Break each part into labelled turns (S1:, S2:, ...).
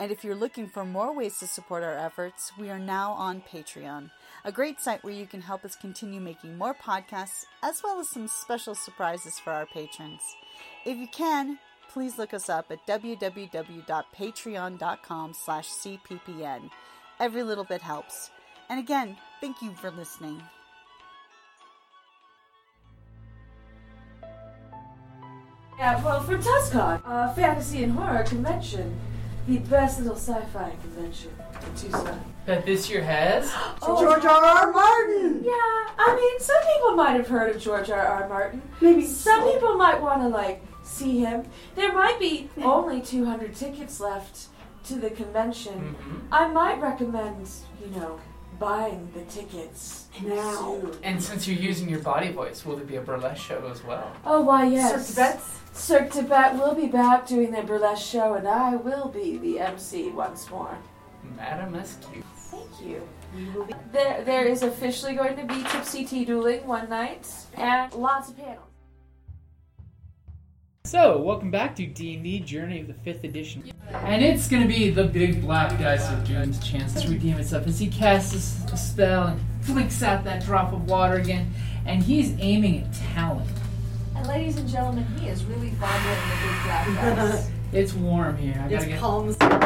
S1: And if you're looking for more ways to support our efforts, we are now on Patreon, a great site where you can help us continue making more podcasts, as well as some special surprises for our patrons. If you can, please look us up at www.patreon.com slash cppn. Every little bit helps. And again, thank you for listening.
S2: Yeah, well, for TussCon, uh, fantasy and horror convention, the best little sci-fi convention in Tucson.
S3: that this year has.
S2: Oh, George R. R. Martin. Yeah, I mean, some people might have heard of George R. R. Martin. Maybe some people might want to like see him. There might be only 200 tickets left to the convention. I might recommend, you know, buying the tickets now.
S3: And since you're using your body voice, will there be a burlesque show as well?
S2: Oh, why yes. Cirque Tibet will be back doing their burlesque show, and I will be the MC once more.
S3: Madam SQ.
S2: Thank you. There, there is officially going to be tipsy tea dueling one night, and lots of panels.
S3: So, welcome back to D&D Journey of the 5th Edition. And it's gonna be the big black dice of Doom's chance to redeem itself as he casts a s- a spell and flicks out that drop of water again. And he's aiming at Talon.
S4: And ladies and gentlemen, he is really vomiting the big black guys.
S3: It's warm here. I gotta get...
S5: palms
S4: Damn.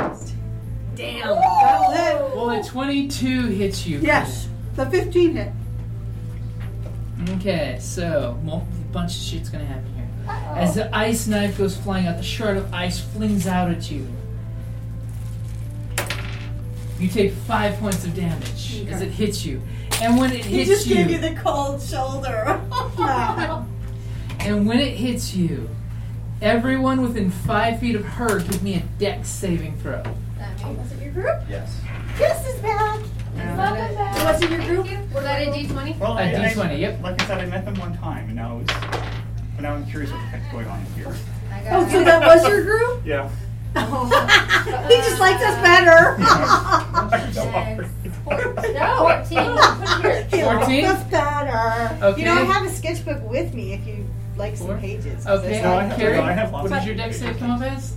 S5: That's it.
S3: Well, the 22 hits you.
S5: Yes. The 15 hit.
S3: Okay, so well, a bunch of shit's gonna happen here. As the ice knife goes flying out, the shard of ice flings out at you. You take five points of damage as it hits you, and when it
S5: He
S3: hits
S5: just
S3: you,
S5: gave you the cold shoulder.
S3: and when it hits you, everyone within five feet of her give me a dex saving throw.
S4: That means-
S5: Was it your group?
S6: Yes.
S5: This is back.
S4: Welcome back.
S5: Was it your group?
S4: Was that a D20?
S6: Well, I- I-
S3: D20, yep.
S6: Like I said, I met them one time, and now it's. But now I'm curious what the heck's going on here.
S4: I
S5: Oh,
S4: got
S5: so that was your group?
S6: Yeah.
S5: He just likes us better.
S2: Oh.
S4: No, 14. Put it here.
S5: He likes
S3: 14?
S5: us better.
S3: Okay.
S5: You know, I have a sketchbook with me if you like some
S3: Four.
S5: pages.
S3: Okay,
S6: No, I have-
S3: Carrie,
S6: no, I have lots
S3: what
S6: of-
S3: did your dex save come up as?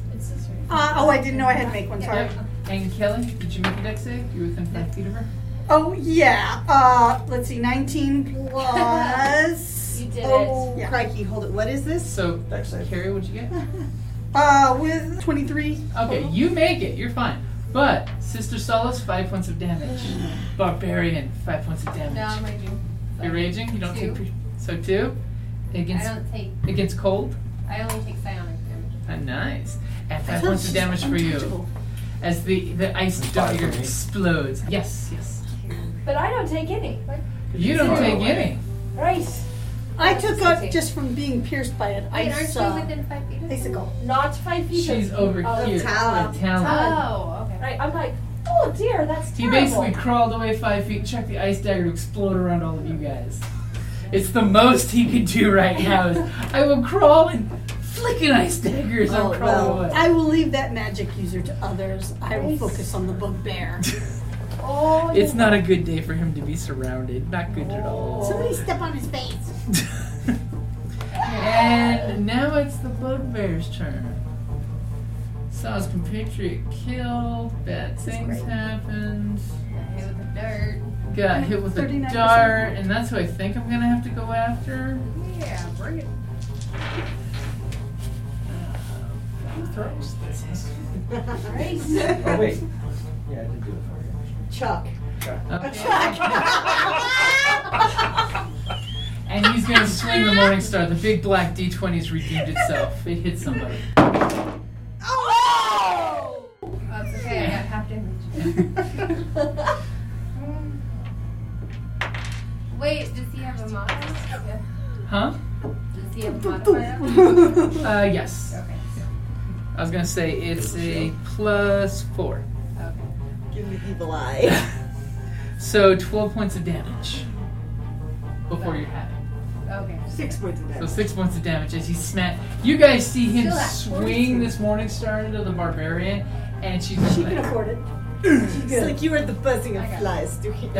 S5: Uh, oh, I didn't know I had to make one. Sorry.
S3: Yep. And Kelly, did you make a dex save? You were within five feet of her.
S5: Oh, yeah. Uh, let's see. 19 plus.
S4: You did
S5: Oh,
S4: it.
S5: yeah. crikey. Hold it. What is this?
S3: So,
S6: Dex save.
S3: Carrie, what'd you get?
S5: Uh, with 23.
S3: Okay, you make it. You're fine. But Sister Solace, five points of damage. Barbarian, five points of damage.
S4: No, I'm going to do.
S3: You're raging. You don't
S4: Two.
S3: take pre- so two
S4: I
S3: against
S4: don't take.
S3: against cold.
S4: I only take psionic damage.
S3: Ah, nice. And five points of damage for you as the the ice
S7: And five
S3: dagger
S7: for me?
S3: explodes. Yes, yes.
S2: But I don't take any.
S3: You don't
S7: Far
S3: take
S7: away.
S3: any.
S2: Right.
S5: I took up just from being pierced by an
S4: Wait, aren't
S5: ice
S4: you
S5: uh,
S4: within 5 feet of him?
S5: icicle.
S2: Not five feet. of-
S3: She's over
S2: Oh,
S3: here.
S5: Talon.
S3: The Talon.
S4: Oh, okay.
S2: Right. I'm like, oh dear, that's
S3: He
S2: terrible.
S3: basically crawled away five feet, chucked the ice dagger to explode around all of you guys. It's the most he could do right now. Is, I will crawl and flick an ice dagger as
S5: Oh,
S3: I crawl
S5: well,
S3: away.
S5: I will leave that magic user to others. I will focus on the bugbear.
S2: Oh,
S3: It's not a good day for him to be surrounded. Not good at all.
S5: Somebody step on his face.
S3: and now it's the bugbear's turn. Saw his compatriot killed. Bad things happened.
S4: Got hit with the dirt.
S3: Got hit with a
S5: 39%
S3: dart, and that's who I think I'm gonna have to go after.
S4: Yeah, bring it.
S3: Throws this.
S6: Uh, Oh, wait.
S7: Yeah, I did do it for you.
S5: Chuck.
S3: Okay.
S5: Chuck.
S3: And he's going to swing the Morning Star. The big black D20 has redeemed itself. It hit somebody.
S2: That's okay, I got half damage. Wait, does he have a modifier?
S3: Huh?
S2: Does he have a modifier?
S3: Uh, yes.
S2: Okay.
S3: I was going to say it's a plus four.
S4: Give me evil eye.
S3: So 12 points of damage before you're happy.
S2: Okay.
S5: Six points of
S3: So
S5: damage.
S3: six points of damage as he smack. You guys see him
S2: Still at
S3: swing this Morning Star into the barbarian, and she's just
S8: She
S3: like,
S8: can afford it.
S5: It's like you were the buzzing of
S2: I got it.
S5: flies doing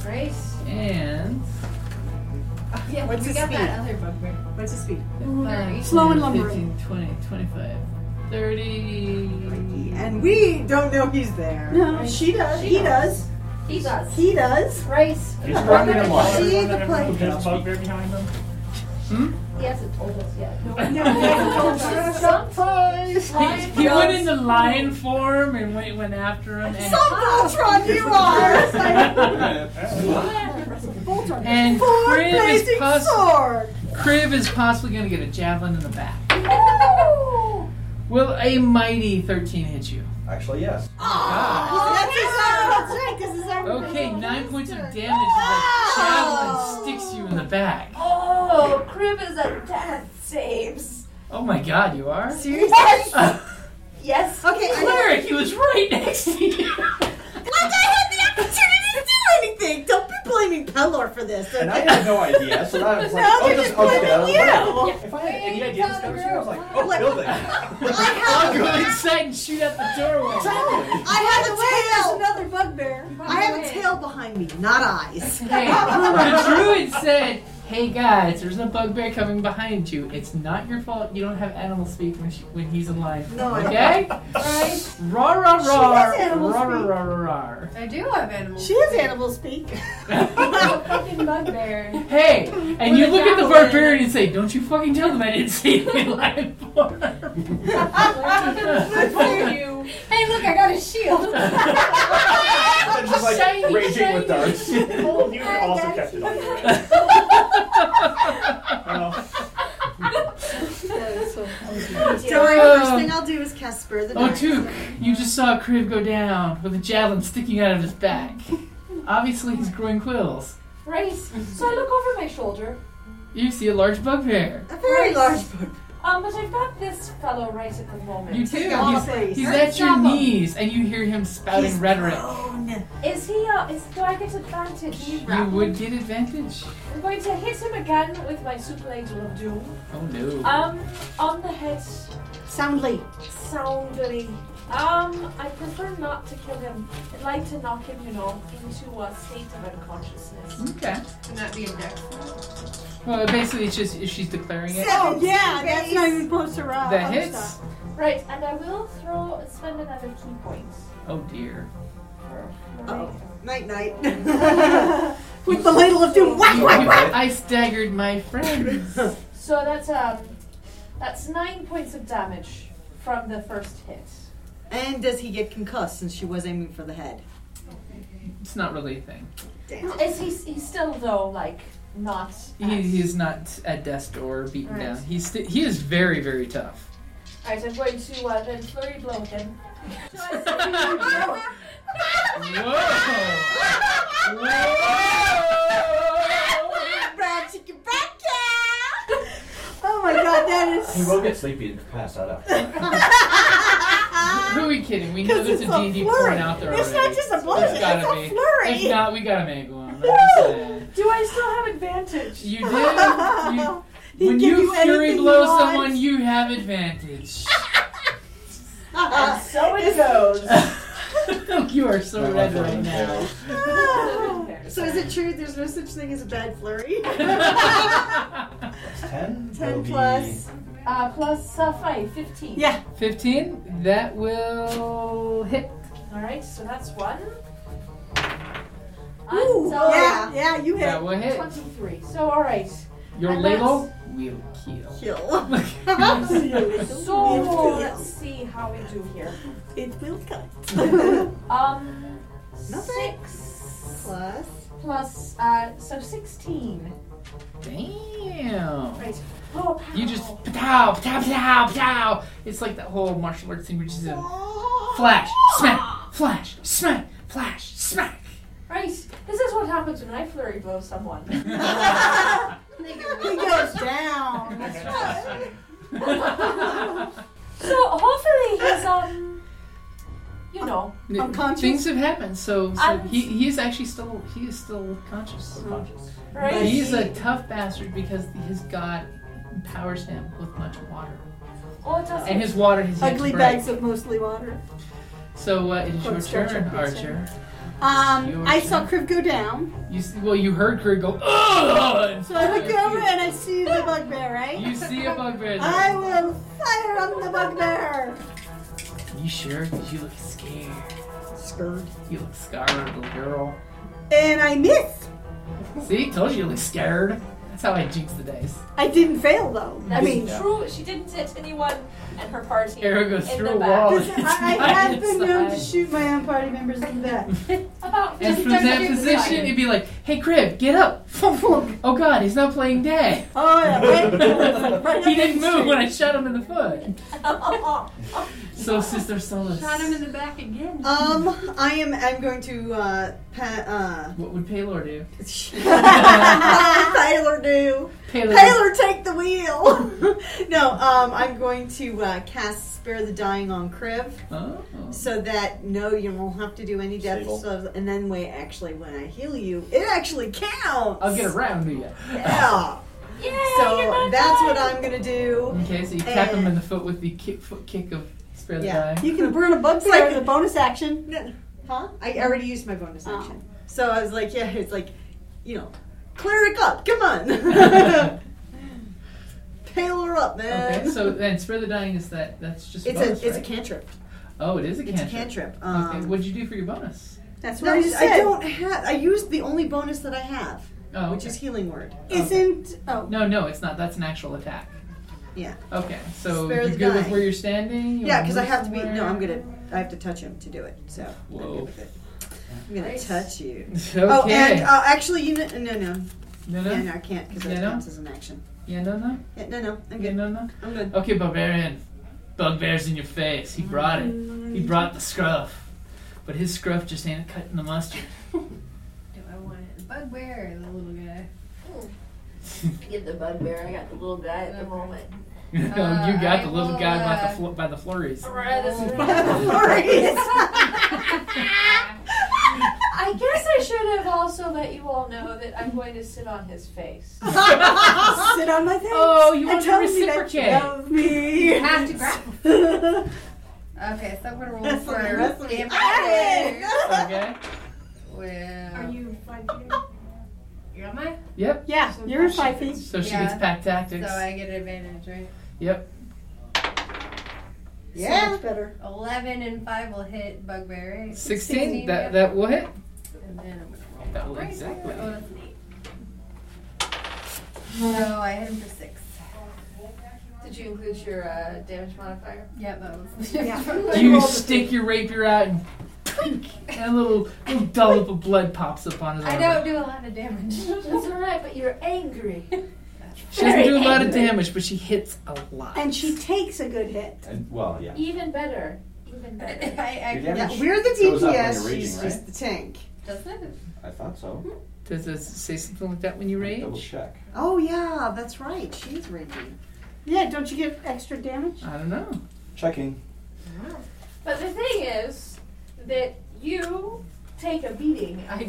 S2: Great.
S3: and
S2: Oh, yeah,
S5: What's
S2: we
S5: his
S2: got that
S5: speed?
S2: other bugbear.
S5: What's the speed?
S2: Sorry.
S5: Slow
S3: 10,
S5: and lumbering.
S3: 15, 20, 25, 30.
S5: And we don't know he's there.
S8: No, she does. He does.
S2: He does.
S8: He does.
S2: Race.
S6: He's running along.
S5: See the play.
S6: There's a bugbear behind them.
S2: He hasn't told us yet.
S5: Sometimes.
S3: He, he went into lion form and went, went after him. And,
S5: Voltron, you are!
S8: Voltron.
S3: and
S5: Four
S3: Crib is,
S5: blazing
S3: poss-
S5: sword!
S3: Crib is possibly going to get a javelin in the back. Will a mighty 13 hit you?
S9: Actually, yes.
S5: That's his arm!
S8: Because his arm
S3: Okay, nine points of damage. as The javelin sticks you in the back.
S2: Oh, Crib is a death saves.
S3: Oh my god, you are? Uh,
S5: Seriously?
S2: Yes.
S5: Okay, I know.
S3: Cleric, he was right next to you.
S5: Like I had the opportunity to do anything! Don't be blaming Pelor for this.
S9: And I had no idea, so I was like,
S5: No,
S9: oh,
S5: they're
S9: just
S5: just blaming
S9: okay.
S5: you!
S9: If I had any
S2: Wait,
S9: idea this
S2: tell the
S9: coming, I was like, oh,
S5: Like-
S9: building.
S5: I
S3: Go inside and shoot out the doorway.
S5: I have a tail!
S8: Another bugbear.
S5: I have a tail behind me, not eyes.
S3: Hey, the druid said, hey guys, there's a bugbear coming behind you. It's not your fault you don't have animal speak when, she, when he's in line.
S5: No, I don't.
S3: Okay?
S2: Right.
S3: Rah, rah, rah. Rah,
S8: has animal
S3: rah,
S8: speak.
S3: rah, rah, rah.
S2: I do have animals.
S5: She has animal speak.
S2: a fucking bugbear.
S3: Hey, and you
S2: a
S3: look at the
S2: javelin.
S3: barbarian and say, don't you fucking tell them I didn't see them in line form.
S2: you. Hey, look, I got a shield.
S9: And just like
S3: Shiny,
S9: raging
S3: shiny.
S9: with darts.
S6: Well, you also kept it on. Well,
S5: So my first thing I'll do is cast Spur the
S3: Oh,
S5: Dying.
S3: Took, Uh, you just saw Crib go down with a javelin sticking out of his back. Obviously, he's growing quills.
S2: Race. So I look over my shoulder.
S3: You see a large bugbear.
S5: A very large bird.
S2: Um, but I've got this fellow right at the moment.
S3: You do.
S5: all
S3: He's,
S5: the face.
S3: he's
S2: Right,
S3: at your
S2: stop him.
S3: knees, and you hear him spouting rhetoric.
S5: Oh,
S2: Is he? Uh, is do I get advantage? You
S3: You would get advantage.
S2: I'm going to hit him again with my super angel of doom.
S3: Oh no.
S5: Uh,
S2: Um, on the head,
S8: Soundly.
S2: soundly. Um, I prefer not to kill him. I'd like to knock him, you know, into a state of unconsciousness.
S3: okay.
S2: Can that be a deck?
S3: Well, basically, it's just if she's declaring it.
S8: Oh, yeah, that's not even close to round.
S3: That hits.
S2: Right, and I will throw spend another key point.
S3: Oh dear.
S2: For, for
S5: Oh.
S2: later.
S5: Night night. With the ladle of doom. Whack, whack, whack.
S3: I staggered my friends.
S2: So that's um, that's nine points of damage from the first hit.
S5: And does he get concussed since she was aiming for the head?
S3: It's not really a thing.
S5: Damn.
S2: Is he? He's still though like not.
S3: He, he is not at desk or beaten
S2: Right.
S3: down. He's sti he is very very tough.
S2: Alright, I'm going to uh, then flurry blow him.
S3: Whoa!
S5: Brown chicken brown cow. Oh my god, that
S9: He
S5: is.
S9: will get sleepy and pass out after.
S3: Who are we kidding? We know there's a
S5: it's a
S3: D&D
S5: flurry.
S3: porn out there
S5: It's
S3: already.
S5: not just a bludgeon,
S3: There's gotta
S5: it's a
S3: be.
S5: flurry.
S3: If not, we gotta make one. I'm just saying.
S2: Do I still have advantage?
S3: You did. You,
S5: He
S3: when
S5: give
S3: you,
S5: you
S3: fury
S5: anything you
S3: blow
S5: want.
S3: someone, you have advantage.
S5: Uh,
S2: So it goes.
S3: you are so
S9: Not
S3: red
S9: like
S3: right
S9: that.
S3: now.
S5: so is it true there's no such thing as a bad flurry?
S9: It's Ten. will
S5: Ten
S9: be-
S5: plus.
S2: Uh, plus uh, 5, 15.
S5: Yeah.
S3: 15. That will hit.
S2: Alright, so that's one. And uh,
S5: Ooh,
S2: so
S5: yeah, yeah, you
S3: That
S5: hit
S3: will hit.
S2: 23. So alright.
S3: Your
S2: And
S3: ladle will kill.
S5: kill.
S2: So let's see how we do here.
S5: it will cut.
S2: Um,
S5: Not bad.
S2: Six
S5: Plus.
S2: plus, uh, so 16.
S3: Damn.
S2: Oh,
S3: You just pow, pow, pow, pow. It's like that whole martial arts thing, which is a flash, smack, flash, smack, flash, smack.
S2: Right. This is what happens when I flurry blow someone.
S1: He goes down.
S2: So hopefully he's um, you know,
S1: Unconscious?
S3: Things have happened, so, so
S2: I'm-
S3: he, he is actually still he is still conscious.
S10: Subconscious.
S2: right?
S3: He's a tough bastard because his god empowers him with much water,
S2: Oh, it doesn't.
S3: and his water his
S5: Ugly bags of mostly water.
S3: So uh, it is your
S5: Quote structure,
S3: turn,
S5: please,
S3: Archer.
S5: Um,
S3: Your
S5: I saw Kriv go down,
S3: You see, well, you heard Krieg go. Ugh! and
S5: so I look
S3: fire
S5: over
S3: you.
S5: and I see the bugbear, right?
S3: You see a bugbear. there.
S5: I will fire on the bugbear.
S3: You sure? 'Cause you look scared.
S5: Skirt.
S3: You look scarred, little girl.
S5: And I miss.
S3: See, told you you look scared. That's how I jinx the dice.
S5: I didn't fail though. I
S2: That's
S5: mean,
S2: true. She didn't hit anyone and her party.
S3: Arrow goes
S2: in
S3: through
S2: the
S3: a wall.
S2: back.
S5: listen, I, I have been known to shoot my own party members in the back.
S2: About
S3: And
S2: just
S3: from that
S2: just-
S3: position, you'd be like, "Hey, Crib, get up!" oh God, he's not playing dead.
S5: Oh yeah, right, right up
S3: he didn't
S5: the street.
S3: move when I shot him in the foot. so, Sister Solace.
S4: Shot him in the back again.
S5: Um, I am. I'm going to uh, pa-
S3: What would Paylor do?
S5: uh, Taylor do.
S3: Paylor.
S5: Taylor, take the wheel. no, um, I'm going to uh, cast Spare the Dying on Kriv,
S3: Oh.
S5: so that no, you won't have to do any death
S10: Stable.
S5: saves. And then, wait, actually, when I heal you, it actually counts.
S3: I'll get around to you.
S5: Yeah.
S2: Yay, you're
S5: so
S2: not
S5: that's what
S2: dying.
S5: I'm gonna do.
S3: Okay, so you tap him in the foot with the kick, foot kick of Spare the
S5: Yeah.
S3: Dying.
S5: You can burn a bug
S1: there
S5: with a bonus action. Huh? I already used my bonus
S1: Oh.
S5: action. So I was like, yeah, it's like, you know, cleric up, come on. Pale her up, man.
S3: Okay, so then Spare the Dying is that, that's just
S5: it's a
S3: bonus,
S5: it's a
S3: right?
S5: cantrip.
S3: Oh, it is a
S5: It's a
S3: cantrip.
S5: cantrip.
S3: okay,
S5: Um,
S3: what'd you do for your bonus?
S5: that's
S1: what I
S5: just-
S1: said.
S5: I don't have. I used the only bonus that I have,
S3: Oh,
S5: which
S3: okay.
S5: is healing word.
S1: Isn't oh
S3: No, no, it's not. That's an actual attack.
S5: Yeah.
S3: Okay, so
S5: Spare
S3: you're
S5: the
S3: good with
S5: dying.
S3: where you're standing? You
S5: Yeah,
S3: wanna
S5: because I
S3: move
S5: have to be. No,
S3: somewhere?
S5: I'm gonna. I have to touch him to do it. So I'm
S3: Whoa.
S5: good with it. I'm gonna touch you.
S3: Okay.
S5: Oh, and uh, actually, you know, no, no,
S3: no, no.
S5: yeah, no, I can't because that
S3: Yeah, no?
S5: counts as an action.
S3: Yeah, no, no.
S5: Yeah, no, no, I'm
S3: Yeah,
S5: good.
S3: no, no.
S5: I'm good.
S3: Okay, barbarian. Bugbear's in your face. He brought it. He brought the scruff. But his scruff just ain't cutting the mustard.
S4: Do I want it? The bugbear or the little guy? Get the bugbear. I got the little guy at the moment.
S3: you
S4: Uh,
S3: got
S4: I
S3: the little
S4: will,
S3: guy by, the
S4: uh,
S3: flo- by the flurries.
S2: Right, this is- I guess I should have also let you all know that I'm going to sit on his face.
S5: Sit on my thing.
S3: Oh, you want
S5: and
S3: to
S5: tell me that you
S3: reciprocate.
S5: love me.
S4: You have to grab. Okay, so I'm gonna roll
S5: That's
S4: for
S5: what I wrestled.
S4: impact
S5: Ah,
S3: Okay?
S4: with.
S2: Are you five feet?
S4: You got mine?
S3: Yep.
S5: yeah, you're in five feet.
S3: So she
S4: Yeah.
S3: gets pack
S4: So
S3: tactics.
S4: I get advantage, right?
S3: Yep.
S5: Yeah, much better.
S4: Eleven and five will hit bugbear, right?
S3: 16, that,
S4: yeah.
S3: that will hit.
S4: And then I'm gonna
S3: That will
S4: roll.
S3: exactly.
S4: Oh, that's neat. So I hit him for six.
S2: Did you include your uh, damage modifier?
S4: Yep, that was.
S3: You stick your rapier out and and a little, little dollop of blood pops up on his
S4: I
S3: arm.
S4: don't do a lot of damage.
S2: That's alright, but you're angry.
S3: She doesn't do a lot of damage, but she hits a lot.
S5: And she takes a good hit.
S10: And, well, yeah.
S2: Even better. Even
S4: I,
S2: better.
S4: I,
S10: Your
S5: Yeah,
S10: damage
S5: we're the
S10: goes up when
S5: DPS.
S10: you're
S5: she's
S10: raging,
S5: just the tank.
S4: doesn't it?
S10: I thought so.
S3: Does it say something like that when you
S10: Double
S3: rage?
S10: check.
S5: Oh yeah, that's right. She's raging. Yeah, don't you get extra damage?
S3: I don't know.
S10: Checking.
S2: But the thing is that you take a beating. I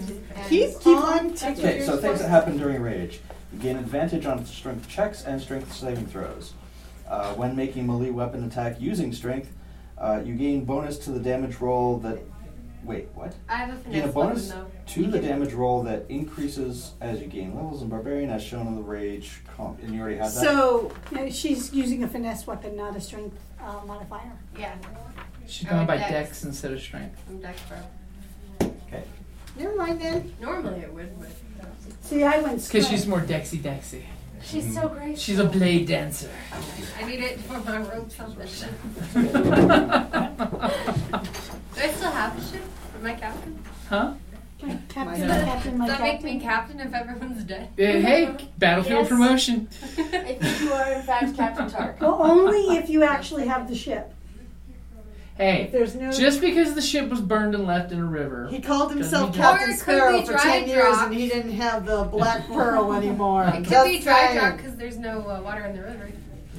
S5: Keep keep on
S10: Okay,
S5: taking.
S10: so things that happen during rage. You gain advantage on strength checks and strength saving throws. Uh, when making melee weapon attack using strength, uh, you gain bonus to the damage roll that. Wait, what?
S4: I have a
S10: Gain a
S4: finesse weapon
S10: bonus
S4: though.
S10: to the damage roll that increases as you gain levels in barbarian, as shown in the rage comp. And you already have that.
S5: So no, she's using a finesse weapon, not a strength uh, modifier.
S4: Yeah,
S3: She's
S4: Oh,
S3: going by
S4: dex.
S3: dex instead of strength.
S4: I'm dex pro.
S5: Never mind then.
S4: Normally it would, but.
S5: See, I went.
S3: Because she's more dexy dexy.
S2: She's so great.
S3: Mm-hmm. She's a blade dancer.
S4: I need it for my rope something. Do
S3: I Uh,
S4: I still have the ship for my captain?
S3: Huh?
S2: Captain,
S3: Does
S2: captain, my
S4: Does that make
S2: captain.
S4: me captain if everyone's dead?
S3: Eh, Hey, battlefield
S2: Yes.
S3: promotion.
S2: I think you are in fact Captain Tark.
S11: Well, only if you actually have the ship. If
S3: Hey,
S11: there's no.
S3: just because the ship was burned and left in a river.
S5: He called himself
S3: Doesn't
S4: mean- Or
S5: Captain
S4: it could
S5: Sparrow
S4: be
S5: for
S4: dry
S5: ten years,
S4: docked.
S5: and he didn't have the black pearl anymore.
S4: It could
S5: Just
S4: be dry
S5: saying.
S4: dock because there's no uh, water in the river.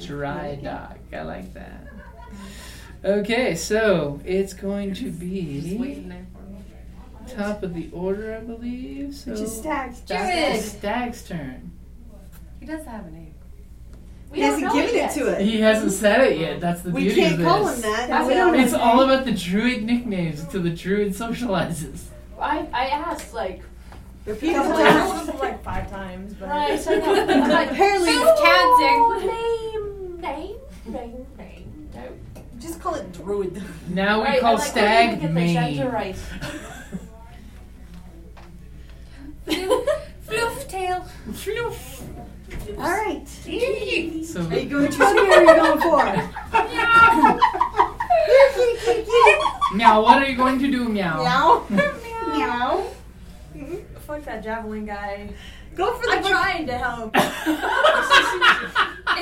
S3: Dry dock. I like that. Okay, so it's going to
S4: Just waiting
S3: be
S4: there for me.
S3: top of the order, I believe. So
S11: Which is stacked.
S3: that's
S4: Jared!
S3: the stag's turn.
S4: He does have a name.
S2: We
S5: He
S2: don't
S5: hasn't
S2: know
S5: given it
S2: yet.
S5: to it.
S3: He hasn't said it yet. That's the
S5: We
S3: beauty of
S5: can't
S3: this.
S5: call him that.
S2: I
S5: and we
S2: would
S5: don't
S2: only
S3: It's all about the druid nicknames until the druid socializes.
S2: I, I asked like
S5: repeat
S2: Couple
S5: it.
S2: times.
S11: like five times, but
S2: right. I know. I'm like,
S5: Apparently,
S4: Who's counting?
S2: name, name, name, name. No.
S11: just call it druid.
S3: Now we
S2: Right,
S3: call
S2: I'm like,
S3: stag
S2: We're gonna get the
S3: main.
S2: gender right.
S4: Floof tail.
S11: All right.
S3: So
S5: are you going
S11: Which one
S5: to?
S11: are you going for?
S3: meow, what are you going to do, meow?
S5: Meow.
S11: Meow.
S2: Fuck that javelin guy.
S5: Go for the.
S2: I'm trying to help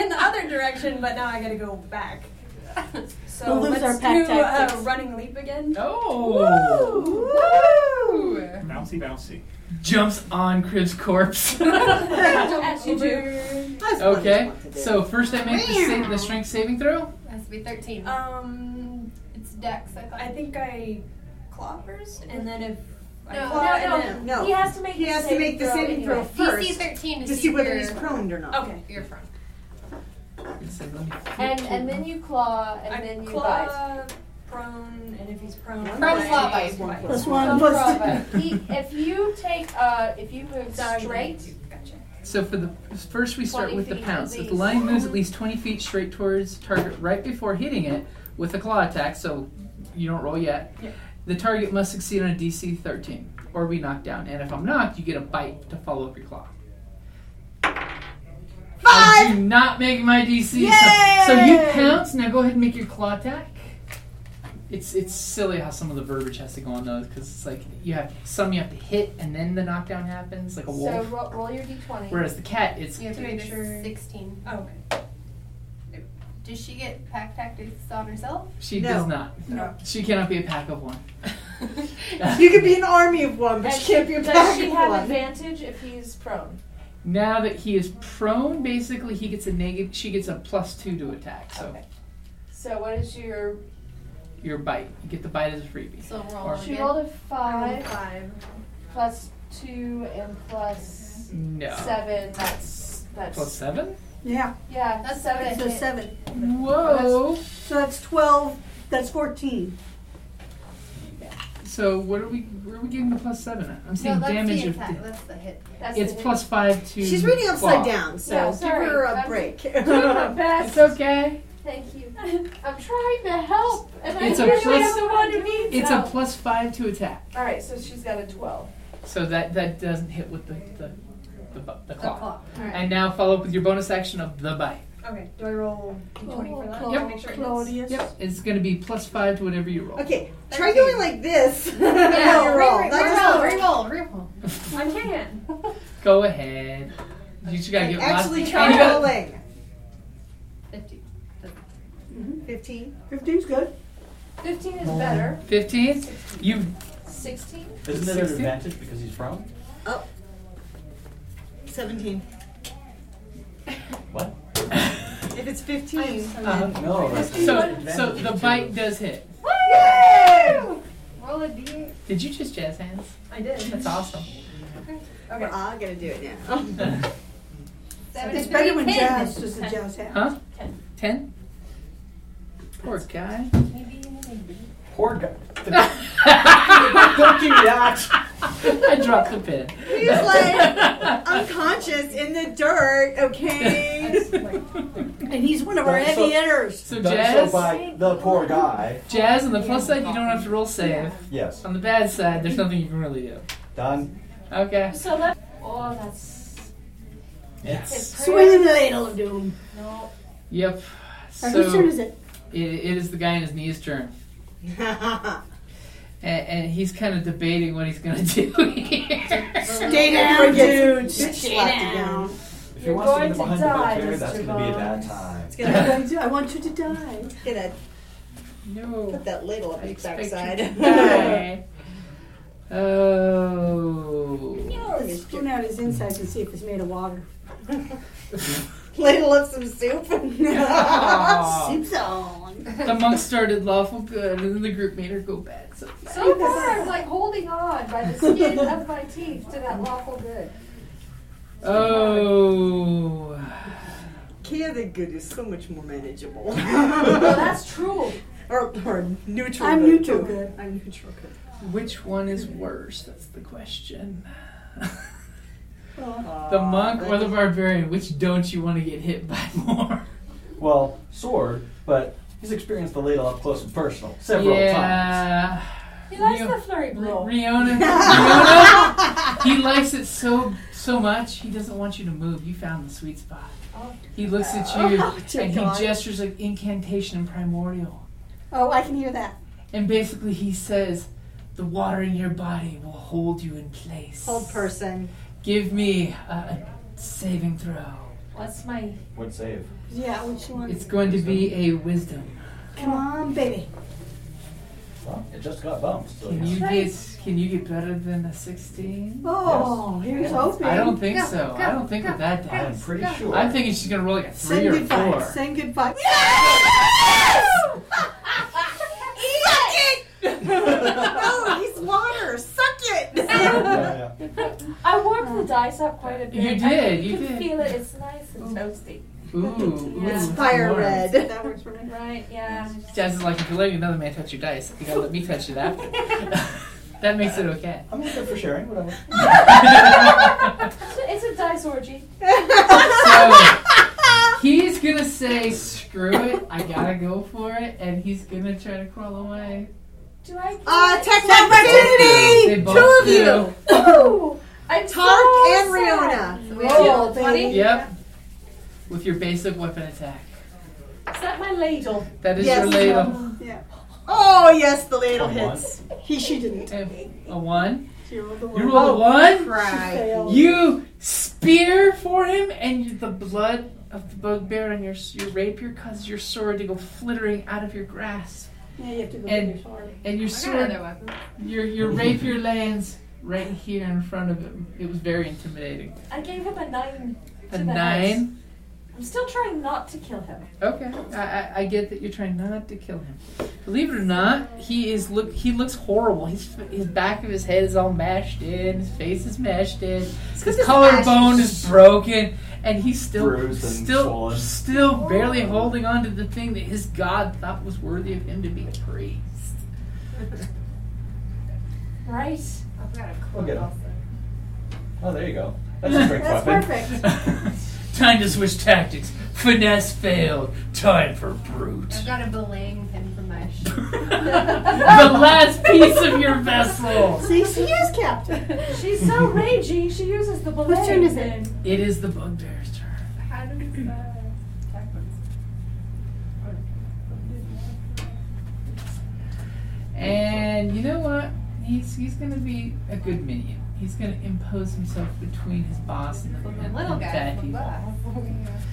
S2: in the other direction, but now I gotta go back. So
S11: We'll lose
S2: let's
S11: our pack
S2: do uh,
S11: tactics.
S2: running leap again.
S3: Oh!
S11: Woo!
S6: Bouncy, bouncy.
S3: Jumps on Crib's corpse.
S2: As you do.
S5: That's what I
S3: okay,
S5: want to do.
S3: so first I make the, sa- the strength saving throw.
S4: Has to be 13.
S2: Um,
S4: it's Dex, I thought.
S2: I think I claw first, and then if I
S4: No,
S2: claw,
S4: no,
S2: and
S4: no,
S2: then-
S5: no.
S2: he has to make
S5: He
S2: the
S5: has to
S2: saving
S5: make the
S2: throw
S5: saving throw
S2: anyway.
S4: DC
S5: first
S4: 13 to,
S5: to
S4: see,
S5: see whether
S4: if
S5: he's
S4: you're-
S5: prone or not.
S2: Okay,
S4: You're prone.
S3: It's like, let me flip
S2: and
S3: to-
S2: and then
S4: you claw,
S2: I claw prone, and if he's prone,
S5: Prone
S2: I-
S4: claw bite.
S11: Plus
S2: Prone
S11: one.
S2: claw
S11: Plus
S2: bite. He- if you take uh, if you move straight,
S4: Gotcha.
S3: So for the first, we start
S2: 20
S3: with the
S2: feet at
S3: pounce. If the
S2: least.
S3: lion moves at least 20 feet straight towards target right before hitting it with a claw attack, so you don't roll yet, the target must succeed on a DC 13 or be knocked down. And if I'm knocked, you get a bite to follow up your claw. I do not make my DC. So, so you pounce. Now go ahead and make your claw attack. It's it's silly how some of the verbiage has to go on those because it's like you have some you have to hit and then the knockdown happens like a wolf.
S2: so roll, roll your d20.
S3: Whereas the cat, it's
S4: You have to
S2: Make
S4: make
S2: sure-
S4: sure. 16.
S2: Oh, okay.
S4: Does she get pack tactics on herself?
S3: she
S5: No.
S3: does not.
S5: No.
S3: She cannot be a pack of one.
S5: You could be an army of one, but
S2: And
S5: you can't be a
S2: does
S5: pack
S2: she
S5: of
S2: have
S5: one.
S2: advantage if he's prone?
S3: Now that he is prone, basically he gets a negative. She gets a plus two to attack. So
S2: Okay. So what is your?
S3: your bite, you get the bite as a freebie.
S4: So roll
S3: Or-
S4: again.
S2: She rolled a
S4: Roll
S2: five,
S4: five.
S2: plus two, and plus
S3: No.
S2: seven. That's that's
S3: Plus seven?
S11: Yeah.
S2: yeah.
S4: That's
S2: seven.
S11: So seven.
S3: Whoa.
S11: So that's twelve. That's fourteen.
S3: So what are we? Where are we getting the plus seven at? I'm
S4: No,
S3: seeing
S4: that's
S3: damage
S4: the
S3: of.
S4: attack. That's the hit.
S2: That's
S3: it's
S2: the hit.
S3: plus five to.
S5: She's reading upside
S3: claw.
S5: down, so
S2: Yeah,
S5: give
S2: sorry.
S5: her a
S2: I'm-
S5: break.
S2: Doing my
S3: It's
S2: best.
S3: okay.
S2: Thank you. I'm trying to help, and I
S3: It's a
S2: really
S3: plus-
S2: am the one who needs
S3: It's a
S2: help.
S3: plus five to attack.
S2: All right, so she's got a twelve.
S3: So that that doesn't hit with the the the, bu- the
S4: The
S3: claw.
S4: claw.
S2: All right.
S3: And now follow up with your bonus action of the bite.
S2: okay. Do I roll d20 for that?
S3: Yep.
S2: Make sure it hits.
S11: Claudius.
S3: Yep. It's going to be plus five to whatever you roll.
S5: Okay, try going like this.
S4: Yeah,
S5: You're wrong.
S4: re- re-
S5: That just works.
S4: reroll, reroll,
S2: I can.
S3: Go ahead. You just gotta get
S5: Actually,
S3: lots-
S5: try
S3: and you gotta-
S5: rolling.
S4: Fifty.
S5: 15.
S11: Fifteen's good.
S2: Fifteen is better.
S3: 15? You
S2: Sixteen.
S3: Isn't there an 16? advantage
S10: because he's prone?
S5: 17.
S10: What?
S5: If it's 15,
S3: uh,
S10: No.
S3: so so the bite does hit.
S4: Roll a d8.
S3: Did you just jazz hands?
S2: I did.
S3: That's awesome.
S5: we're all going to do it now.
S4: Seven,
S11: It's
S4: three,
S11: better when
S4: ten.
S11: jazz does the jazz hat.
S3: Huh? Ten? Poor guy.
S4: Maybe, maybe.
S10: Poor guy. Don't do that.
S3: I dropped the pin.
S5: He's like unconscious in the dirt, okay?
S11: And he's one of our
S10: That's so-
S11: heavy hitters.
S3: So
S10: Done so
S3: jazz,
S10: by the poor guy.
S3: jazz on the plus side you don't have to roll save.
S10: Yes.
S3: On the bad side, there's nothing you can really do.
S10: Done.
S3: Okay.
S2: So that. Oh, that's.
S3: Yes.
S2: it's pretty-
S11: Swing the ladle of doom.
S2: No.
S3: Yep.
S11: Or whose turn
S3: So
S11: is it?
S3: it, it is the guy in his knees turn. and, and he's kind of debating what he's gonna do here.
S11: Stay down, dude. Stay down.
S10: If
S11: You're
S10: he wants to
S11: going
S10: get
S11: to
S10: behind
S11: die,
S10: the barrier, that's
S11: Mr.
S10: going to be a bad
S11: Barnes.
S10: time.
S11: It's gonna be like, I want you to die.
S5: Get a
S3: no.
S5: Put that ladle on his backside.
S3: Okay. Oh.
S11: Let's spoon out his insides and see if it's made of water.
S5: ladle up some soup.
S3: Aw.
S11: Soup's on.
S3: The monk started lawful good, and then the group made her go back. So
S2: So far, I'm like holding on by the skin of my teeth to that lawful good.
S3: Oh.
S5: Chaotic good is so much more manageable.
S2: Well, that's true.
S5: or, or neutral
S11: I'm
S5: good.
S11: neutral
S5: too.
S11: good.
S5: I'm neutral good.
S3: Which one is worse? That's the question.
S5: Aw,
S3: The monk or the
S5: that-
S3: barbarian? Which don't you want to get hit by more?
S10: Well, sword, but he's experienced the ladle up close and personal several times.
S3: yeah.
S2: He likes
S3: You-
S2: the flurry blow.
S3: Riona, Riona, he likes it so so much. He doesn't want you to move. You found the sweet spot. He looks at you
S11: Oh, dear
S3: and he
S11: God.
S3: gestures like incantation and primordial,
S11: Oh, I can hear that.
S3: and basically he says, "The water in your body will hold you in place."
S5: Old person.
S3: Give me a saving throw.
S2: What's my
S10: Would save.
S11: Yeah, which one?
S3: It's going to be a wisdom.
S11: Come on, baby.
S10: Well, it just got bumped. So
S3: Can you get can you get better than a sixteen?
S11: Oh, here's hoping.
S3: I don't think so. I don't think that that
S10: I'm
S3: does.
S10: pretty sure.
S3: I'm thinking she's gonna roll like a three
S11: Send
S3: or
S11: good vibes.
S3: four.
S11: Send good vibes.
S5: no, he's water. Suck it.
S10: yeah, yeah.
S2: I warmed the dice up quite a bit.
S3: You
S2: I
S3: did, you
S2: can
S3: did. Mm.
S2: feel it. It's nice and toasty.
S3: Ooh, ooh,
S2: It's
S3: it's
S5: Fire
S3: warm.
S5: red.
S11: That works for me.
S2: Right? Yeah.
S3: Jazz is like, if you're letting another man touch your dice, you gotta let me touch it after. that makes it okay.
S10: I'm all good for sharing, whatever.
S2: So It's a dice orgy.
S3: So he's gonna say, "Screw it, I gotta go for it," and he's gonna try to crawl away.
S2: Do I?
S1: Ah,
S5: Uh, tech opportunity.
S3: They both Two of you.
S2: I'm
S5: Tark
S2: so
S5: and
S2: sad.
S5: Riona.
S2: Roll, buddy.
S3: Yep. With your basic weapon attack.
S2: Is that my ladle?
S3: That is
S5: Yes.
S3: your ladle.
S5: Oh yes, the ladle
S10: A one.
S5: hits.
S11: He, she didn't.
S3: And A one.
S11: She rolled the one. Oh,
S3: You roll a one.
S5: Right.
S11: Failed.
S3: You spear for him, and you- the blood of the bugbear on your your rapier causes your sword to go flittering out of your grasp,
S11: Yeah, you have to go
S3: And-
S11: and, your sword.
S3: and your sword Your your rapier lands right here in front of him. It was very intimidating.
S2: I gave him a nine.
S3: A
S2: to the Head.
S3: nine.
S2: I'm still trying not to kill him.
S3: Okay, I, I, I get that you're trying not to kill him. Believe it or not, he is look. He looks horrible. His his back of his head is all mashed in. His face is mashed in. His collarbone is broken, and he's still
S10: Bruised and
S3: still
S10: swollen.
S3: still barely holding on to the thing that his god thought was worthy of him to be praised.
S2: Right.
S4: I've got a
S10: We'll
S4: club
S10: get 'em.
S4: also.
S10: Oh, there you go. That's a great
S11: That's
S10: weapon.
S11: perfect.
S3: Time to switch tactics. Finesse failed. Time for brute.
S4: I've got a belaying pin for my sh-
S3: the last piece of your vessel.
S11: See, she is captain.
S2: She's so ragey. She uses the balloon.
S11: Whose turn is it?
S3: It is the bugbear's turn.
S4: How does the attack work?
S3: And you know what? He's he's gonna be a good minion. He's gonna impose himself between his boss and the,
S4: Well,
S3: and
S4: the little
S3: and
S4: guy
S3: that
S4: from
S3: evil.
S4: Glass.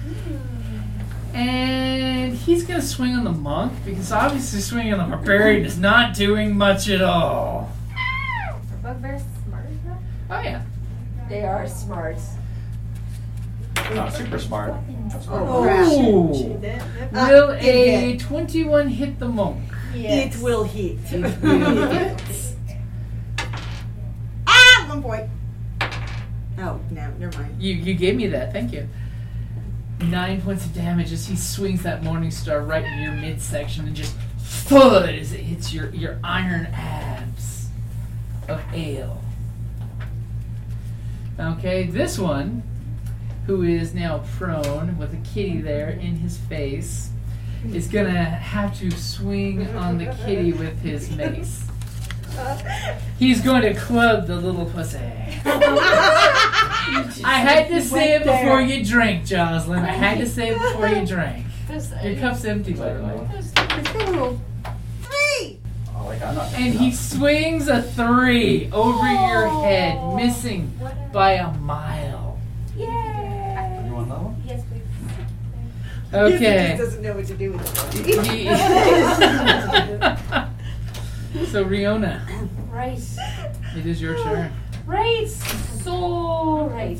S3: And he's gonna swing on the monk because obviously swinging on the barbarian is not doing much at all.
S4: Are bugbears smart enough?
S3: Oh yeah.
S2: They are smart.
S10: Not super smart. That's
S5: Oh,
S3: Ooh.
S5: She did. Uh,
S3: Will
S5: it
S3: a
S5: hit.
S3: 21 hit the monk?
S5: It will hit.
S3: It will hit.
S5: ah, one point. Oh no, never mind.
S3: You, you gave me that. Thank you. Nine points of damage as he swings that morning star right in your midsection and just thud as it hits your, your iron abs of ale. Okay, this one, who is now prone with a kitty there in his face, is gonna have to swing on the kitty with his mace. He's going to club the little pussy. I had to say it before you drank, Jocelyn. I had to say it before you drank.
S2: Just,
S3: Your cup's empty, by the way.
S10: All I
S6: Like I'm not.
S3: And he swings a three over your
S11: Oh.
S3: head, missing by a mile.
S10: You want that one?
S4: Yes, please.
S3: Okay.
S5: He doesn't know what to do with
S3: He- so Riona,
S2: Right.
S3: it is your turn.
S2: Right. So right.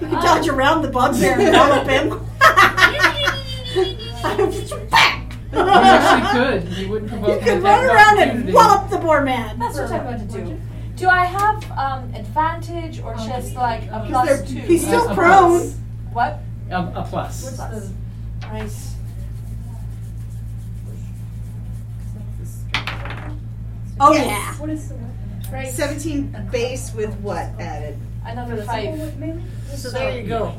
S11: You can dodge around the bugbear and wallop him. I don't get you back.
S3: You actually could. You wouldn't provoke
S11: You can
S3: an
S11: run
S3: attack of
S11: around and
S3: opportunity.
S11: wallop the poor man.
S2: That's what I'm going to do. Do I have um, advantage or just like a
S11: They're-
S2: plus two?
S11: He's still
S3: That's a
S11: prone.
S2: What?
S3: A, a plus.
S2: Plus. Right.
S5: Oh
S11: Yeah.
S2: What is the
S5: yeah.
S2: right?
S5: Seventeen base with what added?
S2: Another five.
S5: So there you go.
S2: All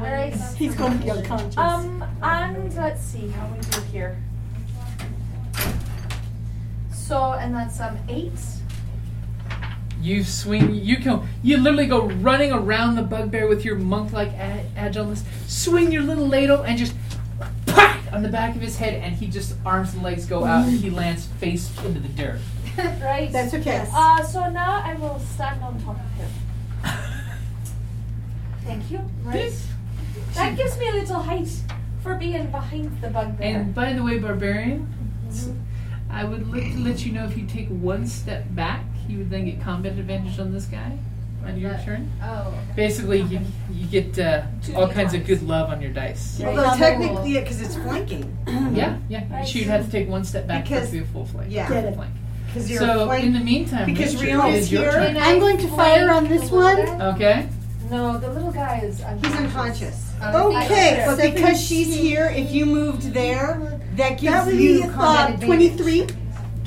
S2: right.
S11: He's going to be unconscious.
S2: Um, and let's see how we do here. So, and that's um eight.
S3: You swing. You can. You literally go running around the bugbear with your monk-like a- agileness. Swing your little ladle and just pack on the back of his head, and he just arms and legs go out, and he lands face into the dirt.
S2: Right.
S11: That's okay.
S2: Uh, so now I will stand on top of him. Thank you. Right. That gives me a little height for being behind the bugbear.
S3: And by the way, barbarian, s- I would look to let you know if you take one step back, you would then get combat advantage on this guy on your turn.
S4: Oh.
S3: Basically, you, you get uh,
S2: Two
S3: all
S2: D
S3: kinds of
S2: twenties.
S3: good love on your dice.
S5: Although technically, yeah, because it's flanking.
S3: Yeah, yeah.
S2: Right.
S3: She'd have to take one step back for it
S5: Because-
S3: to be a full flank.
S5: yeah.
S3: Full
S11: Get it.
S3: flank.
S5: Because you're
S3: So in
S5: flanking.
S3: the meantime,
S5: Because
S3: Richard,
S5: Rion
S3: it
S5: is
S3: is your
S5: here.
S3: turn.
S2: And
S11: I'm going to
S2: flank
S11: fire on this
S2: the little
S11: one.
S2: guy.
S3: Okay.
S2: No, the little guy is unconscious.
S5: He's unconscious.
S4: I
S5: Okay,
S4: don't
S5: but because she's here, if you moved there, that
S11: That uh,
S5: gives
S11: would be
S5: you
S11: a
S5: combat
S11: thought.
S5: advantage.
S11: 23.